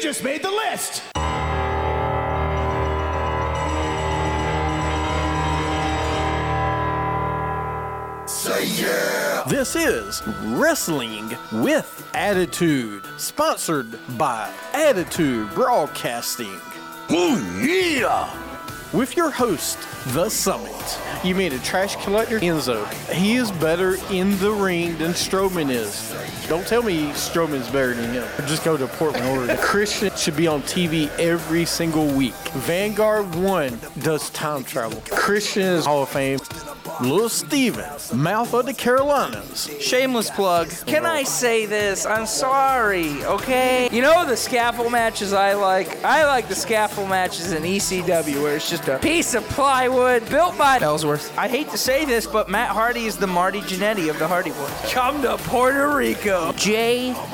just made the list. This is Wrestling with Attitude, sponsored by Attitude Broadcasting. Oh, yeah! With your host, The Summit. You mean a trash collector, Enzo? He is better in the ring than Strowman is. Don't tell me Strowman's better than him. Just go to Portland, Oregon. Christian should be on TV every single week. Vanguard 1 does time travel. Christian is Hall of Fame. Lil Steven, mouth of the Carolinas. Shameless plug. Can I say this? I'm sorry, okay? You know the scaffold matches I like? I like the scaffold matches in ECW where it's just a piece of plywood built by Ellsworth. I hate to say this, but Matt Hardy is the Marty Jannetty of the Hardy Boys. Come to Puerto Rico. JBL.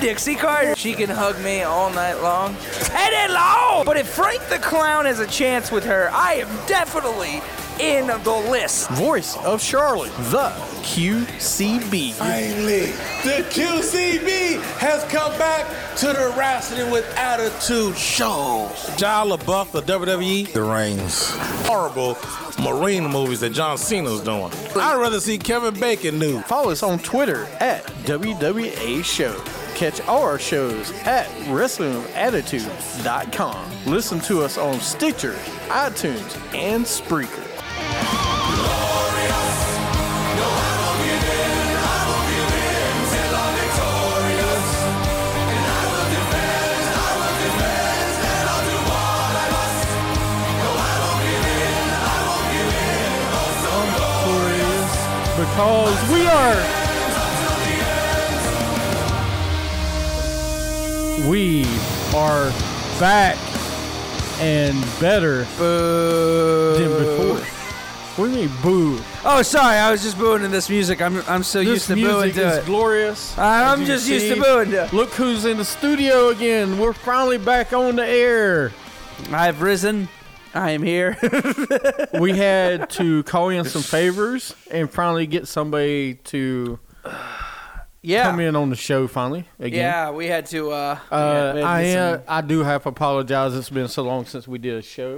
Dixie Carter. She can hug me all night long. And it long! But if Frank the Clown has a chance with her, I am definitely in the list. Voice of Charlotte, the QCB. Finally, the QCB has come back to the Wrestling with Attitude show. John LaBeouf of WWE. The Reigns. Horrible Marine movies that John Cena's doing. I'd rather see Kevin Bacon nude. Follow us on Twitter at WWA Show. Catch all our shows at WrestlingAttitude.com. Listen to us on Stitcher, iTunes, and Spreaker. Because we are. We are back and better than before. What do you mean, boo? Oh, sorry, I was just booing to this music. I'm I'm so used This to booing music to is it. glorious. I'm As you just used to see, booing to it. Look who's in the studio again. We're finally back on the air. I've risen. I am here. We had to call in some favors and finally get somebody to yeah. come in on the show finally again. Yeah, we had to. Uh, Uh, yeah, I we had am, some- I do have to apologize. It's been so long since we did a show.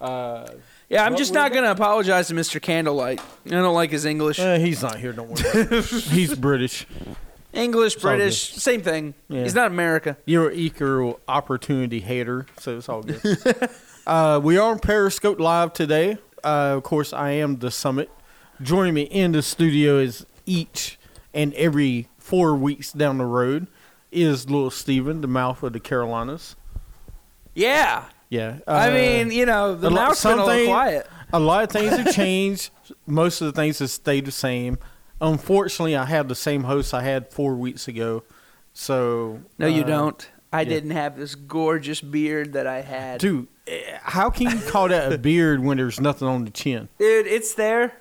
Uh, yeah, I'm what just were not we- going to apologize to Mr. Candlelight. I don't like his English. eh, he's not here. Don't worry. he's British. English, all British, same thing. Yeah. He's not America. You're an equal opportunity hater, so it's all good. uh, we are on Periscope Live today. Uh, of course, I am the summit. Joining me in the studio is each and every four weeks down the road is Lil Steven, the mouth of the Carolinas. Yeah. Yeah. I uh, mean, you know, the a lot- mouth's been a little something- quiet. a lot of things have changed. Most of the things have stayed the same. Unfortunately, I have the same host I had four weeks ago. So No, you uh, don't. I yeah. didn't have this gorgeous beard that I had. Dude, eh, how can you call that a beard when there's nothing on the chin? Dude, it's there.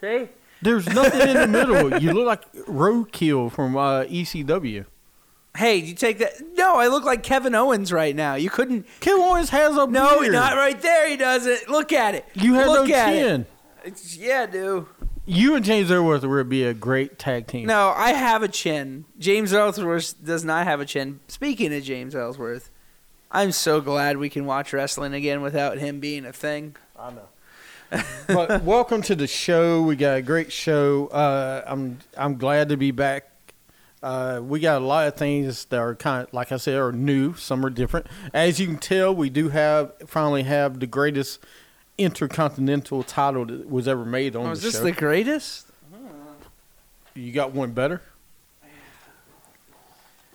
See? There's nothing in the middle. You look like Roadkill from uh, ECW. Hey, you take that. No, I look like Kevin Owens right now. You couldn't. Kevin Owens has a No, beard. not right there. He doesn't. Look at it. You have Look no at chin. It. It's, yeah, dude. You and James Ellsworth would be a great tag team. No, I have a chin. James Ellsworth does not have a chin. Speaking of James Ellsworth, I'm so glad we can watch wrestling again without him being a thing. I know. but welcome to the show. We got a great show. Uh, I'm I'm glad to be back. Uh, we got a lot of things that are kind of like I said are new. Some are different. As you can tell, we do have finally have the greatest intercontinental title that was ever made on Oh, is the this show. the greatest? you got one better.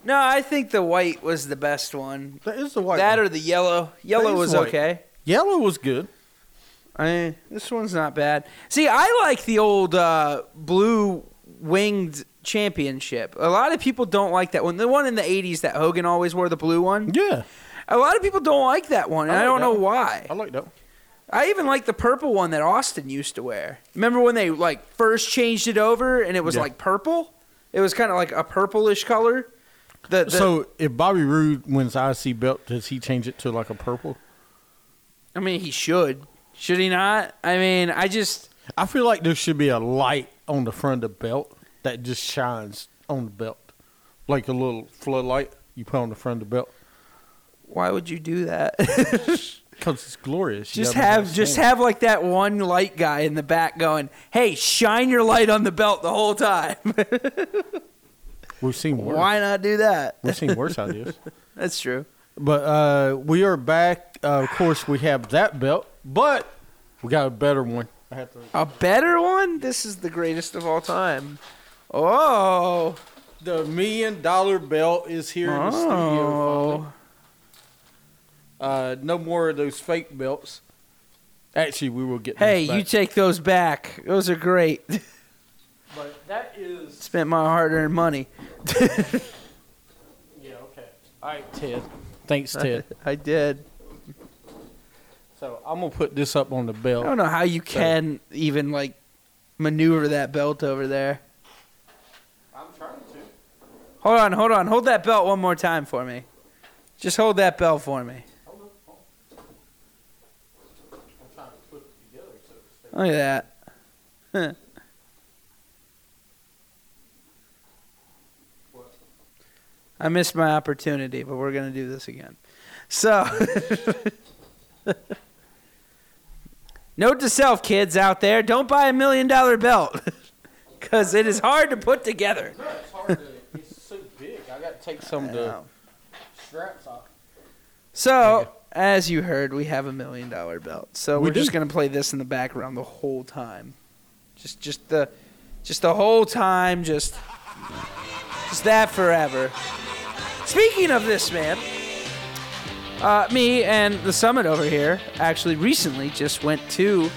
No, I think the white was the best one. That is the white. that one. or the yellow. Yellow is was white. okay. Yellow was good. I, Eh, this one's not bad. See, I like the old uh, blue winged championship. A lot of people don't like that one. The one in the 80s that Hogan always wore, the blue one. Yeah, A lot of people don't like that one, and I, I like don't that know one. why. I like that. One. I even like the purple one that Austin used to wear. Remember when they like first changed it over and it was Yeah. like purple? It was kind of like a purplish color. The, the, so if Bobby Roode wins IC belt, does he change it to like a purple? I mean, he should. Should he not? I mean, I just I feel like there should be a light on the front of the belt that just shines on the belt, like a little floodlight. you put on the front of the belt Why would you do that? because it's glorious. You just gotta have just understand. have like that one light guy in the back going, "Hey, shine your light on the belt the whole time." We've seen worse. Why not do that? We've seen worse ideas. That's true. But uh, we are back. Uh, of course, we have that belt, but we got a better one. I have to. A better one? This is the greatest of all time. Oh. The million dollar belt is here in the studio. Oh. finally. Uh, no more of those fake belts. Actually, we will get. Hey, those back. you take those back. Those are great. but that is. Spent my hard-earned money. Yeah. Okay. All right, Ted. Thanks, Ted. I did. so I'm gonna put this up on the I belt. don't know how you can even like maneuver that belt over there. I'm trying to. Hold on, hold on. Hold that belt one more time for me. Just hold that belt for me. I'm trying to put it together. So Look at that. Huh. I missed my opportunity, but we're going to do this again. So, note to self, kids out there don't buy a million dollar belt because it is hard to put together. no, it's hard to. it's so big. I got to take some of the straps off. So, as you heard, we have a million dollar belt. So We we are just do. gonna play this in the background the whole time. Just just the just the whole time, just just that forever. Speaking of this man, uh, me and the summit over here actually recently just went to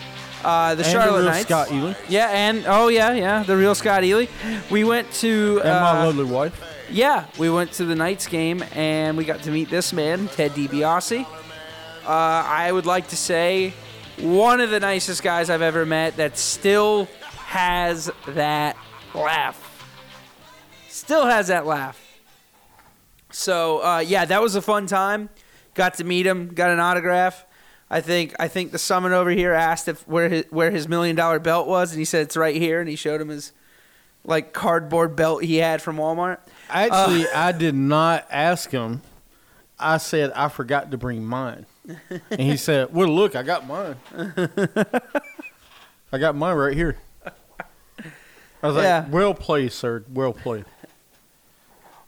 uh, the And the Charlotte real Knights. Scott Ely. Yeah, and oh yeah, yeah, the real Scott Ely. We went to And my uh, lovely wife. yeah, we went to the Knights game and we got to meet this man, Ted DiBiase. Uh, I would like to say one of the nicest guys I've ever met that still has that laugh. Still has that laugh. So uh, yeah, that was a fun time. Got to meet him, got an autograph. I think I think the summit over here asked if where his, where his million dollar belt was, and he said it's right here, and he showed him his like cardboard belt he had from Walmart. Actually, I did not ask him. I said I forgot to bring mine, and he said, "Well, look, I got mine. I got mine right here." I was Yeah. like, "Well played, sir. Well played."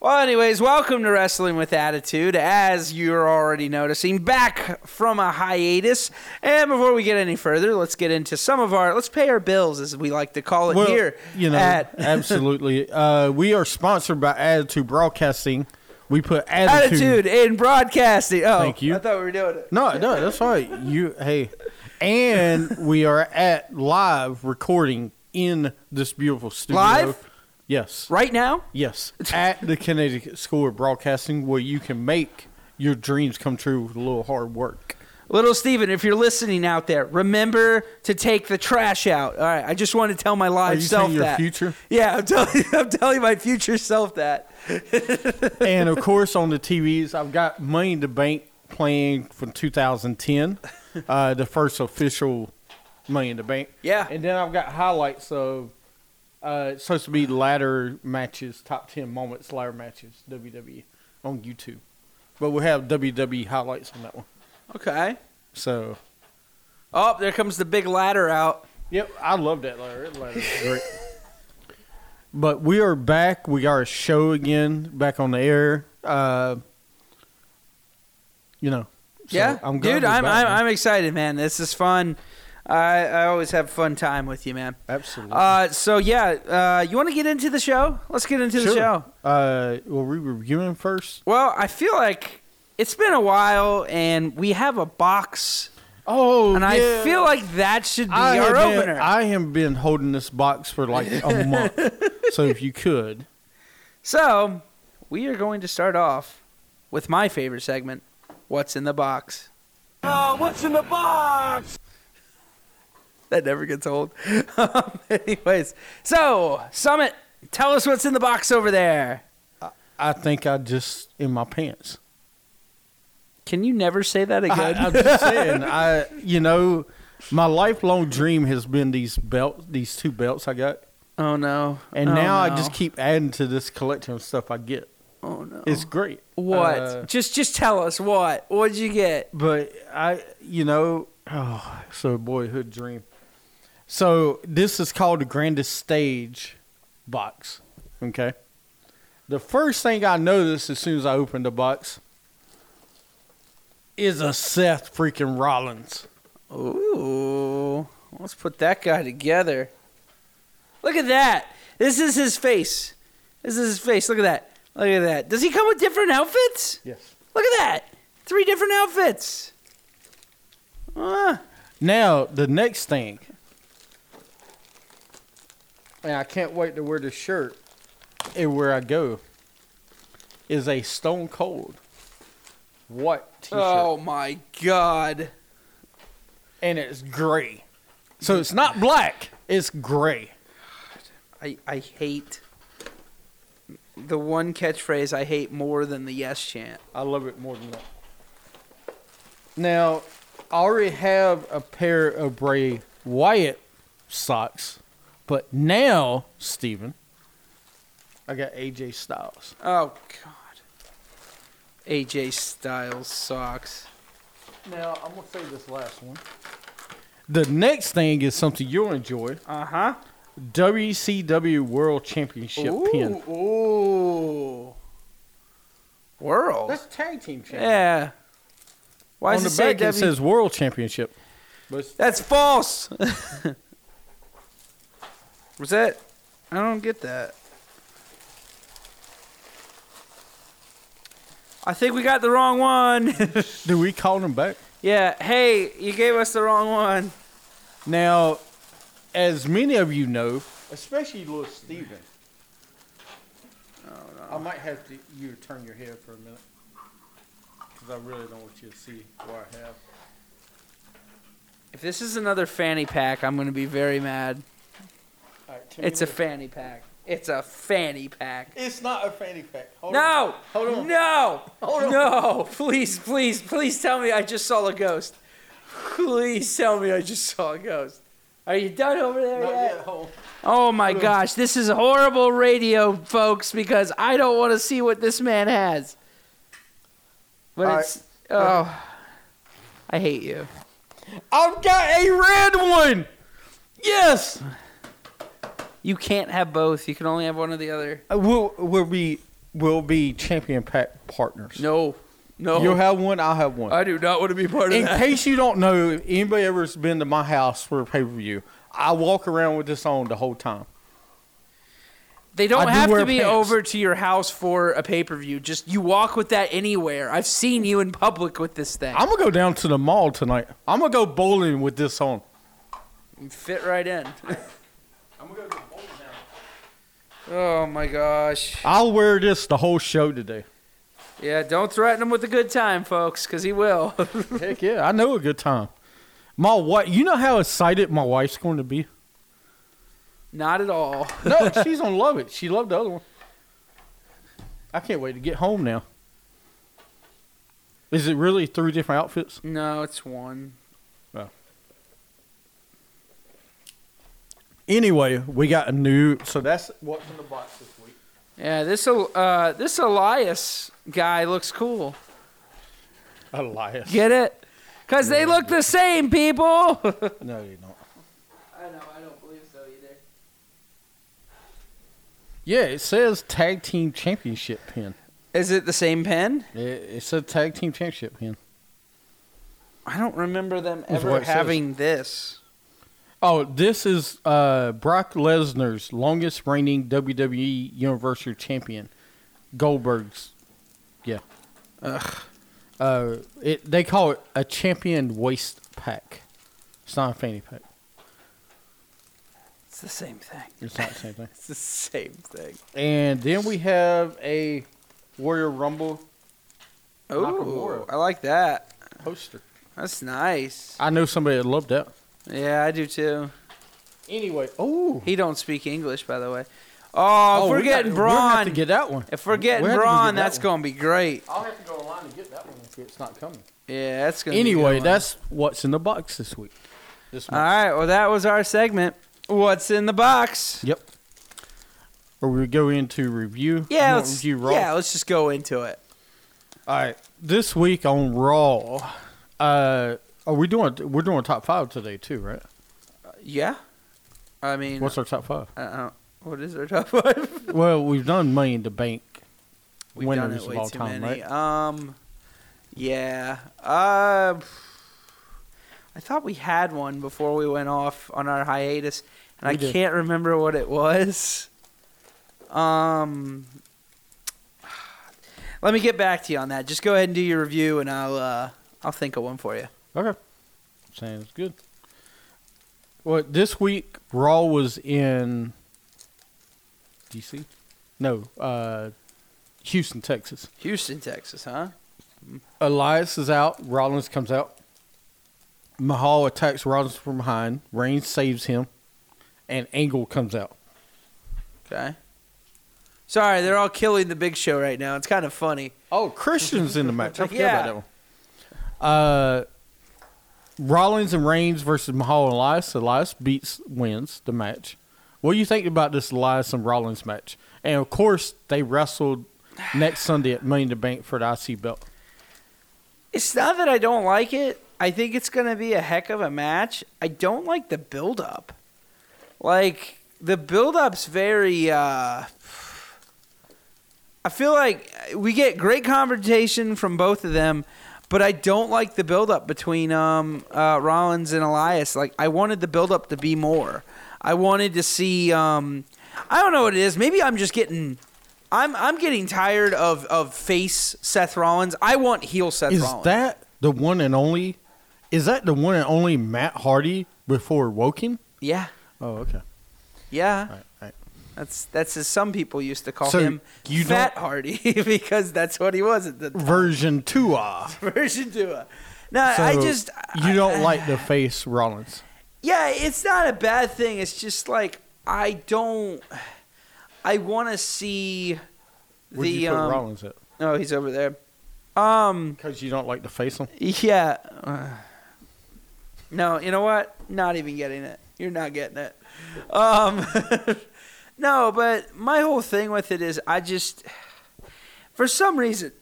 Well, anyways, welcome to Wrestling with Attitude. As you're already noticing, back from a hiatus. And before we get any further, let's get into some of our let's pay our bills, as we like to call it Well, here. you know, at absolutely. Uh, we are sponsored by Attitude Broadcasting. We put Attitude attitude. in Broadcasting. Oh, Thank you. I thought we were doing it. No, no, that's all right. You hey, and we are at live recording in this beautiful studio. Live? Yes. Right now, Yes, at the Connecticut School of Broadcasting, where you can make your dreams come true with a little hard work. little Steven, if you're listening out there, remember to take the trash out. All right, I just want to tell my live you self saying your that. future? Yeah, I'm telling I'm telling my future self that. and of course, on the TVs, I've got Money in the Bank playing from 2010, uh, the first official Money in the Bank. Yeah. and then I've got highlights of. Uh, it's supposed to be ladder matches, top 10 moments, ladder matches, WWE on YouTube. But we'll have WWE highlights on that one. Okay. So, Oh, there comes the big ladder out. Yep, I love that letter. That letter is great. but we are back. We got our show again, back on the air. Uh, you know. so yeah, glad dude, we're I'm, I'm back, man. I'm excited, man. This is fun. I I always have fun time with you, man. absolutely. Uh, so yeah, uh, you want to get into the show? Let's get into the Sure. show. Uh, were we reviewing first? Well, I feel like it's been a while, and we have a box, Oh, and I feel like that should be our have been- opener. I have been holding this box for like a month. So if you could, so we are going to start off with my favorite segment, "What's in the Box." Ah, Oh, what's in the box? That never gets old. Um, anyways, so Summit, tell us what's in the box over there. I think I just in my pants. Can you never say that again? I, am just saying, I you know, my lifelong dream has been these belts, these two belts I got, oh no! and Oh, now I no. just keep adding to this collection of stuff I get. Oh no. It's great. What? Uh, just just tell us what. What'd you get? but I, you know, oh, so boyhood dream. So this is called the grandest stage box. Okay. The first thing I noticed as soon as I opened the box is a Seth freaking Rollins. Ooh. Let's put that guy together. Look at that. This is his face. This is his face. Look at that. Look at that. Does he come with different outfits? Yes. Look at that. Three different outfits. Ah. Now the next thing, and I can't wait to wear this shirt and where I go, is a Stone Cold white T-shirt. Oh my god. and it's gray. So it's not black, it's gray. I, I hate the one catchphrase I hate more than the yes chant. I love it more than that. Now, I already have a pair of Bray Wyatt socks, but now, Steven, I got AJ Styles. Oh god. AJ Styles socks. Now, I'm going to say this last one. The next thing is something you'll enjoy Uh-huh. WCW World Championship pin. Ooh, ooh. World. That's tag team championship. yeah. Why On does the it say back, W- it says World Championship. That's false. Was that? I don't get that. I think we got the wrong one. Do we call them back? yeah. Hey, you gave us the wrong one. Now, as many of you know, especially little Steven. I might have to you to turn your head for a minute because I really don't want you to see what I have. If this is another fanny pack, I'm gonna be very mad. All right, tell me It's a what- fanny pack. It's a fanny pack. it's not a fanny pack. Hold on. No! Hold on. No! Hold on. No! Please, please, please tell me I just saw a ghost. Please tell me I just saw a ghost. Are you done over there Not yet? yet, hold on. Oh my on. gosh, this is horrible radio, folks, because I don't want to see what this man has. But All it's. Oh. I hate you. I've got a red one. Yes. You can't have both. You can only have one or the other. Uh, We'll we'll be we'll be champion pack partners. No. No. You'll have one. I'll have one. I do not want to be part of In that. case you don't know, if anybody ever's been to my house for a pay per view, I walk around with this on the whole time. They don't I do have to wear be pants. over to your house for a pay per view. Just you walk with that anywhere. I've seen you in public with this thing. I'm gonna go down to the mall tonight. I'm gonna go bowling with this on. You fit right in. oh my gosh. I'll wear this the whole show today. Yeah, don't threaten him with a good time, folks, because he will. Heck yeah, I know a good time. My wife, you know how excited my wife's going to be. Not at all. No, she's gonna love it. She loved the other one. I can't wait to get home now. Is it really three different outfits? No, it's one. Anyway, we got a new. So that's what's in the box this week. Yeah, this El- uh, this Elias guy looks cool. Elias. Get it? Because they look the same, people. No, you don't. I know. I don't believe so either. Yeah, it says tag team championship pin. Is it the same pen? It, it said tag team championship pin. I don't remember them That's ever what it says. having this. Oh, this is uh, Brock Lesnar's longest reigning WWE Universal Champion, Goldberg's. Yeah. Uh, it, they call it a champion waist pack. It's not a fanny pack. It's the same thing. It's not the same thing. It's the same thing. And then we have a Warrior Rumble Oh, Nakamura. I like that. poster. That's nice. I know somebody that loved that. Yeah, I do too. Anyway, oh, He don't speak English, by the way. Oh, if we're we got- getting we're gonna have Braun, to get that one. if we're getting We'll have to get Braun, that that's one. gonna be great. I'll have to go online and get that one if it's not coming. Yeah, that's gonna. be a good Anyway, one. that's what's in the box this week. This all month. right. Well, that was our segment. What's in the box? yep. Or we go into review? You Yeah, want let's, review Raw? yeah, let's just go into it. All right. This week on Raw, uh, are we doing? We're doing top five today too, right? Yeah, I mean, What's our top five? uh, uh, what is our top five? Well, we've done Money in the Bank. We've done winners it of way all too time, many. right? Um, yeah. Uh, I thought we had one before we went off on our hiatus, and We I did. can't remember what it was. Um, let me get back to you on that. Just go ahead and do your review, and I'll uh, I'll think of one for you. Okay. Sounds good. Well, this week Raw was in DC. No, uh, Houston, Texas. Houston, Texas, huh? Elias is out. Rollins comes out. Mahal attacks Rollins from behind. Reigns saves him, and Angle comes out. Okay. Sorry, they're all killing the big show right now. It's kind of funny. Oh, Christian's in the match. I forgot Yeah. about that one. Uh, Rollins and Reigns versus Mahal and Elias. Elias beats, wins the match. What do you think about this Elias and Rollins match? And of course, they wrestled next Sunday at Money in the Bank for the IC belt. It's not that I don't like it. I think it's going to be a heck of a match. I don't like the build up. Like the build up's very uh I feel like we get great conversation from both of them, but I don't like the build up between um uh Rollins and Elias. Like I wanted the build up to be more. I wanted to see um I don't know what it is. Maybe I'm just getting I'm I'm getting tired of of face Seth Rollins. I want heel Seth Is Rollins. that the one and only? Is that the one and only Matt Hardy before Woking? Yeah. Oh, okay. Yeah. All right, all right. That's that's as some people used to call So, him you don't- Fat Hardy because that's what he was at the Version two ah. version two. of- No, So I just you I- don't like the face Rollins. yeah, it's not a bad thing. It's just like I don't. I want to see Where'd the. you put um, Rollins at? Oh, he's over there. Um. Because you don't like the face him. Yeah. Uh, No, you know what? Not even getting it. You're not getting it. Um, no, but my whole thing with it is I just, for some reason,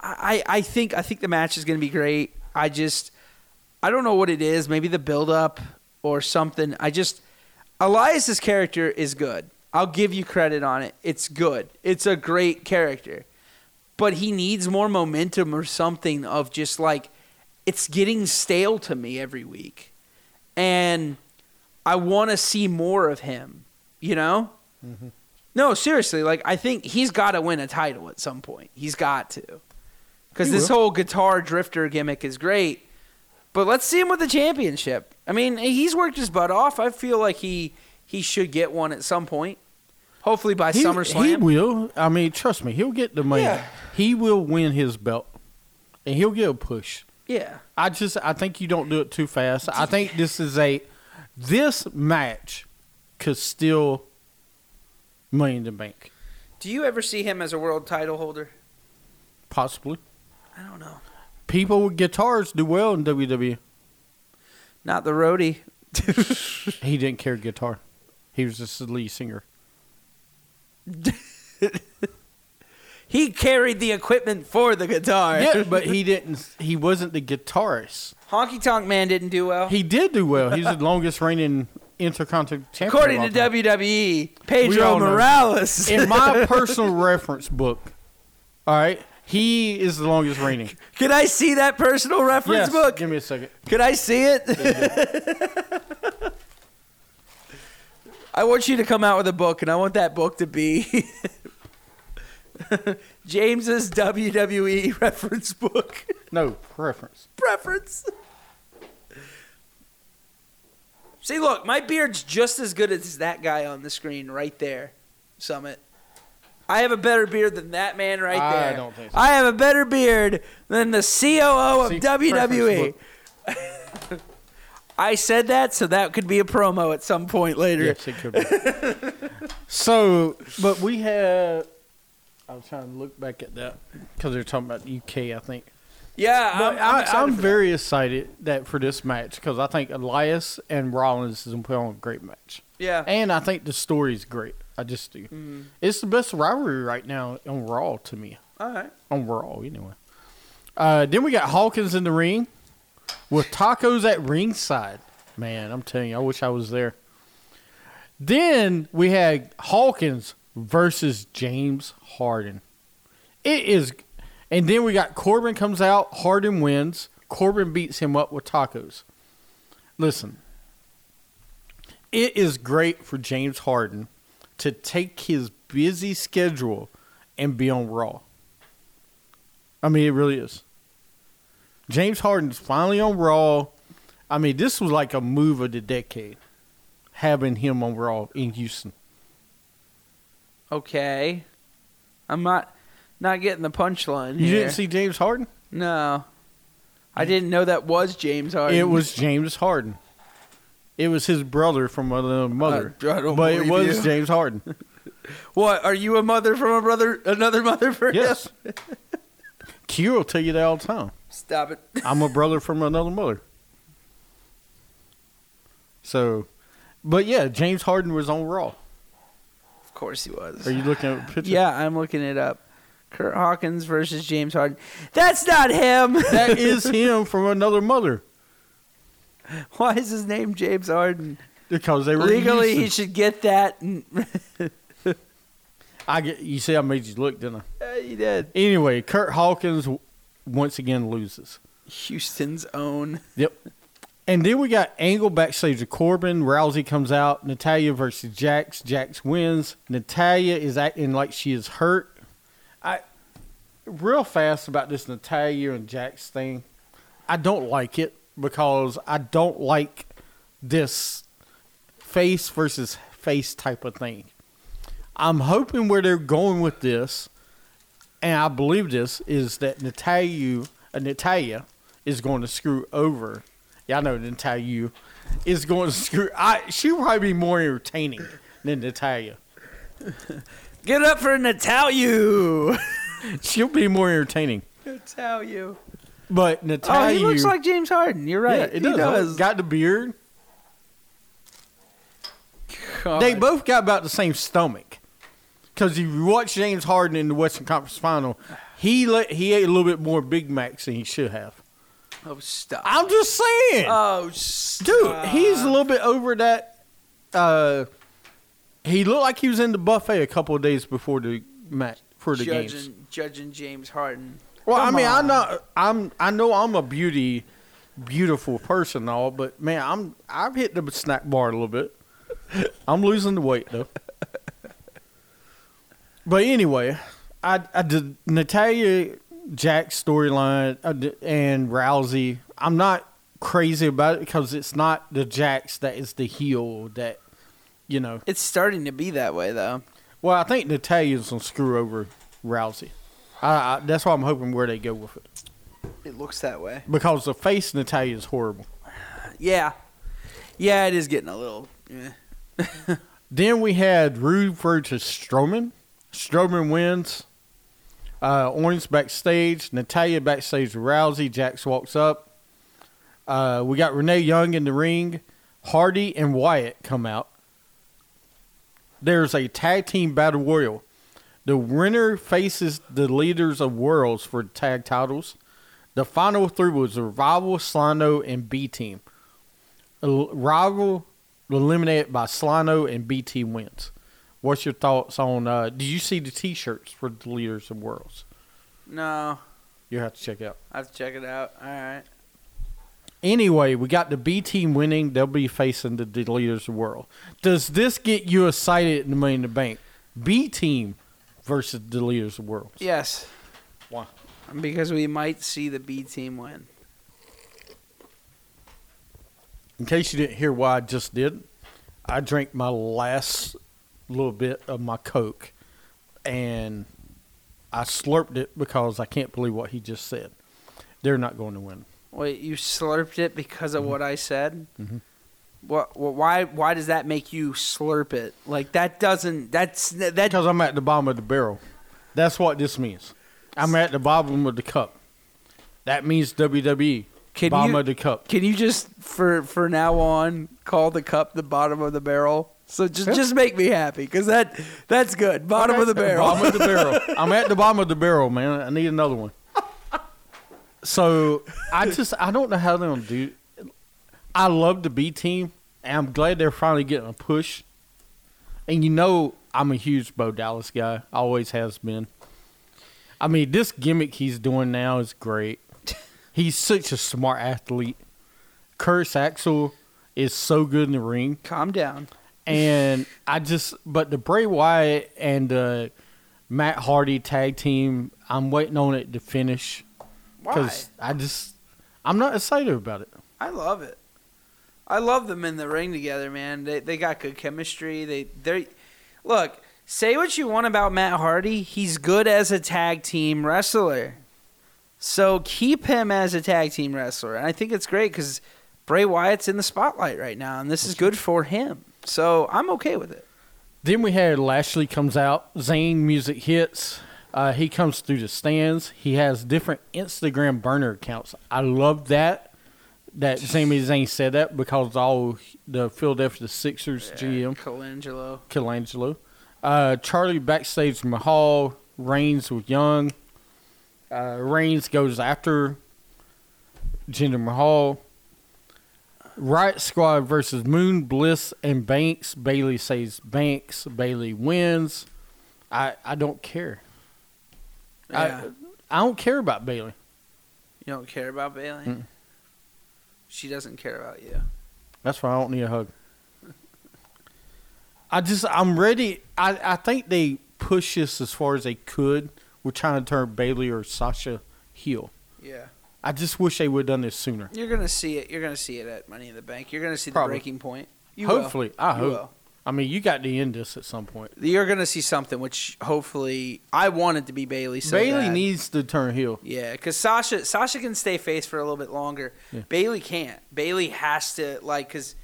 I, I I think I think the match is going to be great. I just, I don't know what it is. Maybe the build up or something. I just, Elias's character is good. I'll give you credit on it. It's good. It's a great character but he needs more momentum or something of just like it's getting stale to me every week and i want to see more of him you know Mm-hmm. no seriously like i think he's got to win a title at some point he's got to because He this will. whole guitar drifter gimmick is great but let's see him with the championship i mean he's worked his butt off i feel like he he should get one at some point hopefully by He, summerslam he will. I mean, trust me, he'll get the money. Yeah. He will win his belt, and he'll get a push. yeah I just, I think you don't do it too fast. I think this is a, this match, could still, money in the bank, Do you ever see him as a world title holder? possibly. I don't know. People with guitars do well in E. WWE. Not the roadie. He didn't carry guitar. He was just the lead singer. He carried the equipment for the guitar. Yeah, but he didn't. He wasn't the guitarist. Honky Tonk Man didn't do well. He did do well. He's the longest reigning intercontinental champion. According of to all time. WWE, We all Pedro know. Morales. in my personal reference book, all right, he is the longest reigning. Can I see that personal reference Yes, book? Give me a second. Can I see it? I want you to come out with a book, and I want that book to be James's WWE reference book. No reference. preference. See, look, my beard's just as good as that guy on the screen right there, Summit. I have a better beard than that man right I there. don't think so. I have a better beard than the COO of See, WWE. preference I said that, so that could be a promo at some point later. Yes, it could be. so, but we have. I was trying to look back at that because they're talking about UK, I think. Yeah, I'm, But I'm I, excited I'm for very excited that for this match because I think Elias and Rollins is going to put on a great match, that. Yeah. and I think the story's great. I just do. Mm-hmm. It's the best rivalry right now on Raw to me. All right. On Raw, anyway. Uh, then we got Hawkins in the ring with tacos at ringside. Man, I'm telling you, I wish I was there. Then we had Hawkins versus James Harden. It is, and then we got Corbin comes out. Harden wins. Corbin beats him up with tacos. Listen, it is great for James Harden to take his busy schedule and be on Raw. I mean, it really is. James Harden's finally on Raw. I mean, this was like a move of the decade, having him on Raw in Houston. Okay. I'm not not getting the punchline You here. didn't see James Harden? No. I didn't know that was James Harden. It was James Harden. It was his brother from another mother, I don't but it believe was you. James Harden. What? Are you a mother from a brother? Another mother for him? Yes, Q will tell you that all the time. Stop it. I'm a brother from another mother. So, but yeah, James Harden was on Raw. Of course he was. Are you looking at a picture? yeah, I'm looking it up. Kurt Hawkins versus James Harden. That's not him. that is him from another mother Why is his name James Harden? because they were Legally, Houston. he should get that. And I get you see, I made you look, didn't I? he did. Anyway, Kurt Hawkins w- once again loses. Houston's own. Yep. And then we got Angle backstage with Corbin. Rousey comes out. Natalia versus Jax. Jax wins. Natalia is acting like she is hurt. I real fast about this Natalia and Jax thing. I don't like it because I don't like this face versus face type of thing. I'm hoping where they're going with this, and I believe this is that Natalia, uh, Natalia is going to screw over. Yeah, I know Natalia is going to screw. I she'll probably be more entertaining than Natalia. Get up for Natalia. She'll be more entertaining, Natalia. but Oh, Natalia. he looks like James Harden. You're right. yeah, it he does. Got the beard. God. They both got about the same stomach. Because if you watch James Harden in the Western Conference Final, he let, he ate a little bit more Big Macs than he should have. Oh, stop. I'm just saying, Oh, stop. dude, he's a little bit over that. Uh, he looked like he was in the buffet a couple of days before the match for the judging, games. judging James Harden. Well, Come I mean, on. I'm not. I'm. I know I'm a beauty, beautiful person, and all. But man, I'm. I've hit the snack bar a little bit. I'm losing the weight though. but anyway, I. I did Natalia Jack's storyline I did- and Rousey. I'm not crazy about it because it's not the Jacks that is the heel that, you know. It's starting to be that way, though. Well, I think Natalia's gonna screw over Rousey. I, I, that's why I'm hoping where they go with it It looks that way. because the face Natalia is horrible. Yeah. Yeah, it is getting a little. eh. Then we had Rude versus Strowman. Strowman wins. Uh, Orange backstage. Natalia backstage with Rousey. Jax walks up. Uh, we got Renee Young in the ring. Hardy and Wyatt come out. There's a tag team battle royal. The winner faces the leaders of worlds for tag titles. The final three was Revival, Slano, and B Team. El- Rival eliminated by Slano and BT wins. What's your thoughts on? Uh, do you see the T-shirts for the leaders of worlds? No. You have to check out. I have to check it out. All right. Anyway, we got the B team winning. They'll be facing the, the leaders of world. Does this get you excited in the Money in the Bank? B team versus the leaders of worlds. Yes. Why? Because we might see the B team win. In case you didn't hear why I just did, I drank my last little bit of my Coke and I slurped it because I can't believe what he just said. They're not going to win. Wait, you slurped it because Mm-hmm. of what I said? What, what? Why? Why does that make you slurp it? Like that doesn't. That's that. Because I'm at the bottom of the barrel. That's what this means. I'm at the bottom of the cup. That means WWE. Can bottom you- of the cup. Can you just for for now on call the cup the bottom of the barrel? So just just make me happy because that that's good. Bottom of the barrel. Bottom of the barrel. I'm at the bottom of the barrel, man. I need another one. So I just I don't know how they gonna do. I love the B team, and I'm glad they're finally getting a push. And you know, I'm a huge Bo Dallas guy. Always has been. I mean, this gimmick he's doing now is great. He's such a smart athlete. Curtis Axel is so good in the ring Calm down. and I just but the Bray Wyatt and the Matt Hardy tag team, I'm waiting on it to finish Why? I just I'm not excited about it. I love it. I love them in the ring together, man. They they got good chemistry. They they look. Say what you want about Matt Hardy, he's good as a tag team wrestler. So keep him as a tag team wrestler, and I think it's great because Bray Wyatt's in the spotlight right now, and this is good for him. So I'm okay with it. Then we had Lashley comes out, Zane music hits. Uh, he comes through the stands. He has different Instagram burner accounts. I love that that Sami Zayn said that because all the Philadelphia Sixers GM Colangelo. Colangelo. Uh, Charlie backstage from Mahal. Reigns with Young. Uh, Reigns goes after Jinder Mahal. Riot Squad versus Moon, Bliss, and Banks. Bailey says Banks. Bailey wins. I, I don't care. Yeah. I, I don't care about Bailey. You don't care about Bailey. Mm. She doesn't care about you. That's why I don't need a hug. I just I'm ready. I, I think they push this as far as they could. We're trying to turn Bailey or Sasha heel. Yeah. I just wish they would have done this sooner. You're gonna see it. You're gonna see it at Money in the Bank. You're gonna see Probably. the breaking point. You will. Hopefully, I You hope. will. I mean, you got to end this at some point. You're gonna see something, which hopefully I want it to be Bailey. So Bailey bad. needs to turn heel. Yeah, because Sasha Sasha can stay face for a little bit longer. Yeah. Bailey can't. Bailey has to like because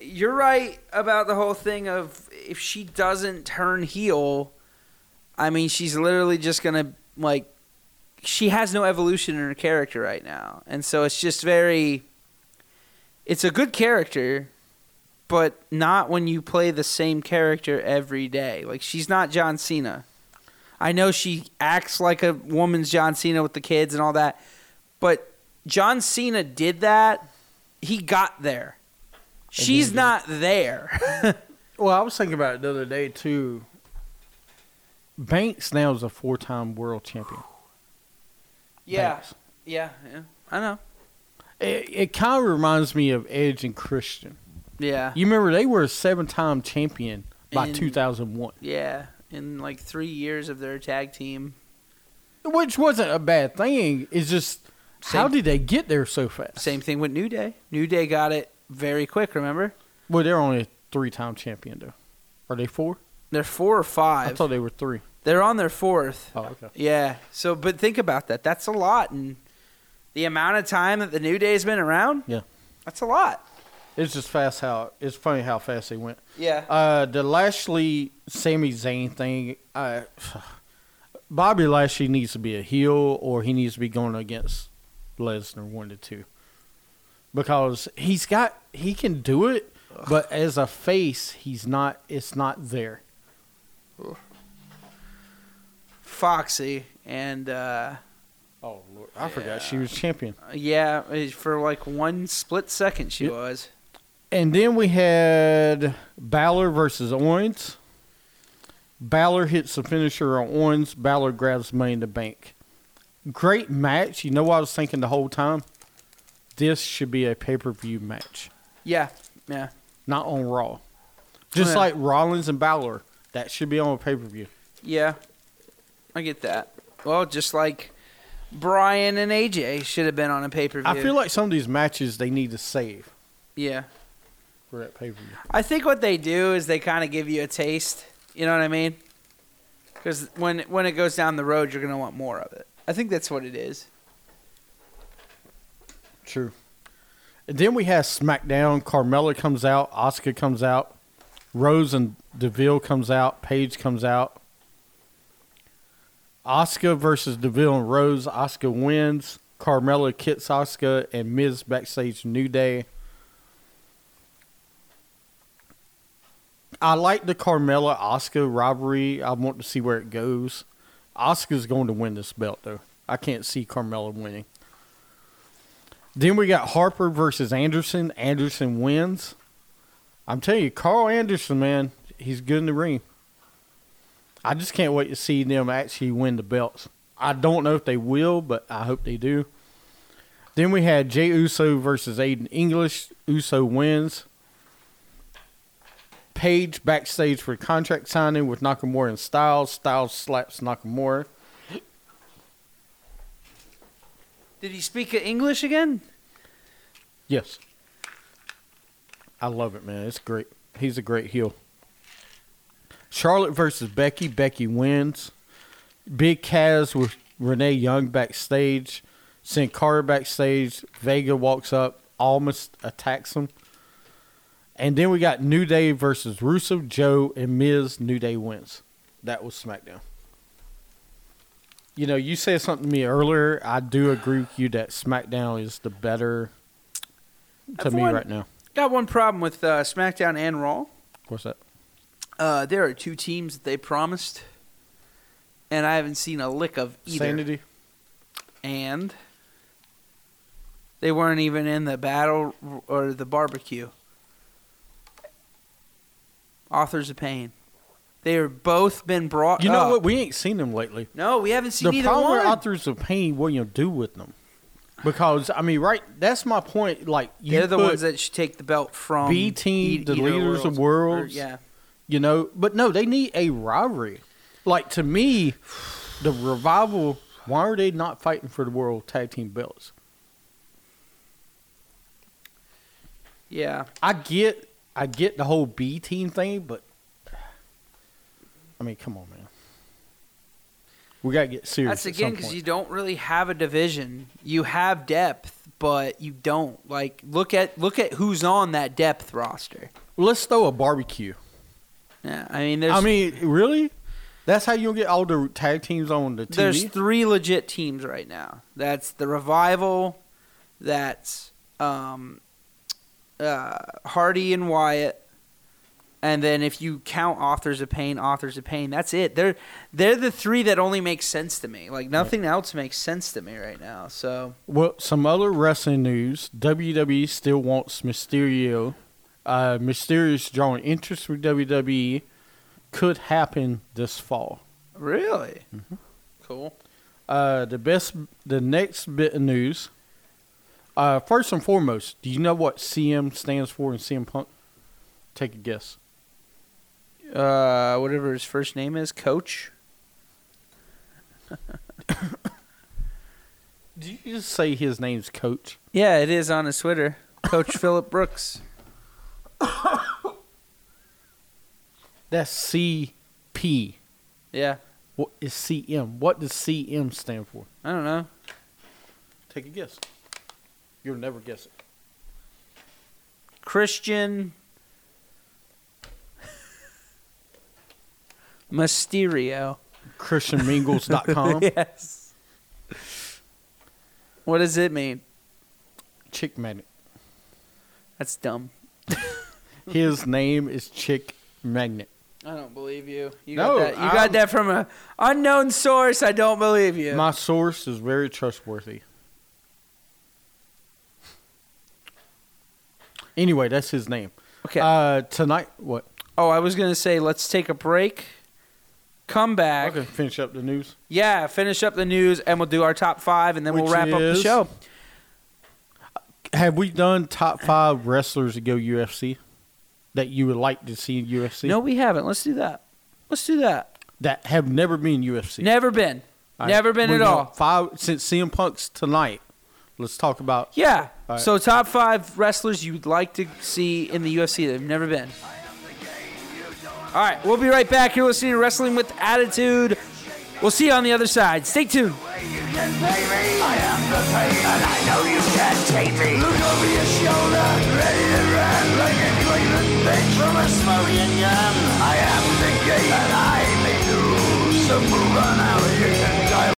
you're right about the whole thing of if she doesn't turn heel, I mean she's literally just gonna like she has no evolution in her character right now, and so it's just very. It's a good character, but not when you play the same character every day. Like she's not John Cena. I know she acts like a woman's John Cena with the kids and all that, but John Cena did that. He got there. She's not there. Well, I was thinking about it the other day too. Banks now is a four-time world champion. Banks. yeah, yeah. I know. It, it kind of reminds me of Edge and Christian. Yeah, You remember they were a seven-time champion by And- 2001, yeah. In like three years of their tag team, which wasn't a bad thing. It's just how Same- did they get there so fast? same thing with New Day. New Day got it very quick. Remember, Well, they're only a three-time champion though. Are they four? they're four or I five. thought they were three. They're on their fourth. Oh, okay. Yeah. So, but think about that. That's a lot, and the amount of time that the New Day's been around. Yeah. that's a lot. It's just fast how it's funny how fast they went. Yeah. Uh, the Lashley Sami Zayn thing. Uh, Bobby Lashley needs to be a heel, or he needs to be going against Lesnar one to two, because he's got he can do it, but as a face, he's not. It's not there. Foxy and uh, Oh Lord, I forgot she was champion. yeah, eh, for like one split second she was. And then we had Balor versus Owens. Balor hits the finisher on Owens. Balor grabs money in the bank. Great match. You know what I was thinking the whole time? This should be a pay per view match, Yeah, yeah, not on Raw. Just Yeah. like Rollins and Balor, that should be on a pay per view. yeah. I get that. Well, just like Brian and AJ should have been on a pay per view. I feel like some of these matches they need to save yeah. for that pay per view. I think what they do is they kind of give you a taste. You know what I mean? Because when when it goes down the road, you're gonna want more of it. I think that's what it is. True. And then we have SmackDown. Carmella comes out. Oscar comes out. Rose and Deville comes out. Paige comes out. Oscar versus Deville and Rose. Oscar wins. Carmella kicks Oscar and Miz backstage New Day. I like the Carmella Oscar rivalry. I want to see where it goes. Oscar's going to win this belt though. I can't see Carmella winning. Then we got Harper versus Anderson. Anderson wins. I'm telling you, Carl Anderson, man, he's good in the ring. I just can't wait to see them actually win the belts. I don't know if they will, but I hope they do. Then we had Jay Uso versus Aiden English. Uso wins. Page backstage for contract signing with Nakamura and Styles. Styles slaps Nakamura. Did he speak English again? Yes. I love it, man. It's great. He's a great heel. Charlotte versus Becky. Becky wins. Big Kaz with Renee Young backstage. Sin Cara backstage. Vega walks up, almost attacks him. And then we got New Day versus Russo, Joe, and Miz. New Day wins. That was SmackDown. You know, you said something to me earlier. I do agree with you that SmackDown is the better to me Everyone- right now. Got one problem with uh, SmackDown and Raw. What's that? Uh, there are two teams that they promised, and I haven't seen a lick of either. Sanity. And they weren't even in the battle or the barbecue. Authors of Pain. They are both been brought. You know up. what? We ain't seen them lately. No, we haven't seen the either problem one. with authors of pain, what you do with them? Because I mean, right? That's my point. Like you They're the put- ones that should take the belt from B team, the either leaders worlds. of worlds. Or- yeah, you know, but no, they need a rivalry. Like to me, the revival. Why are they not fighting for the world tag team belts? yeah. I get, I get the whole B team thing, but I mean, come on, man. We gotta get serious. That's again because because you don't really have a division. You have depth, but you don't like look at look at who's on that depth roster. let's throw a barbecue. Yeah, I mean, there's I mean, really? That's how you'll get all the tag teams on the TV. there's three legit teams right now. That's the revival. That's um, uh, Hardy and Wyatt. And then if you count authors of pain, authors of pain, that's it. They're they're the three that only make sense to me. Like nothing else makes sense to me right now. So Well, some other wrestling news: WWE still wants Mysterio. Uh, Mysterio's drawing interest from WWE. E Could happen this fall. really, cool. Uh, the best, the next bit of news. Uh, first and foremost, do you know what CM stands for in CM Punk? Take a guess. Uh, whatever his first name is, Coach. Do you just say his name's Coach? Yeah, it is on his Twitter, Coach Philip Brooks. That's CP. Yeah, What is CM? What does CM stand for? I don't know. Take a guess. You'll never guess it. Christian Mysterio. ChristianMingles.com. Yes. What does it mean? Chick Magnet. That's dumb. His name is Chick Magnet. I don't believe you. You got No, that. You I'm- got that from a unknown source. I don't believe you. My source is very trustworthy. Anyway, that's his name. okay. Uh, tonight, what? oh, I was gonna say let's take a break. Come I back. can finish up the news. Yeah, finish up the news and we'll do our top five and then we'll Which wrap up the is- show. Have we done top five wrestlers to go UFC that you would like to see in UFC? No, we haven't. Let's do that. Let's do that. That have never been UFC. Never been. All right. Never been We at all. want Five since CM Punk's tonight. Let's talk about Yeah. All right. So top five wrestlers you'd like to see in the UFC that have never been. All right, we'll be right back. You're listening to Wrestling with Attitude. We'll see you on the other side. Stay tuned.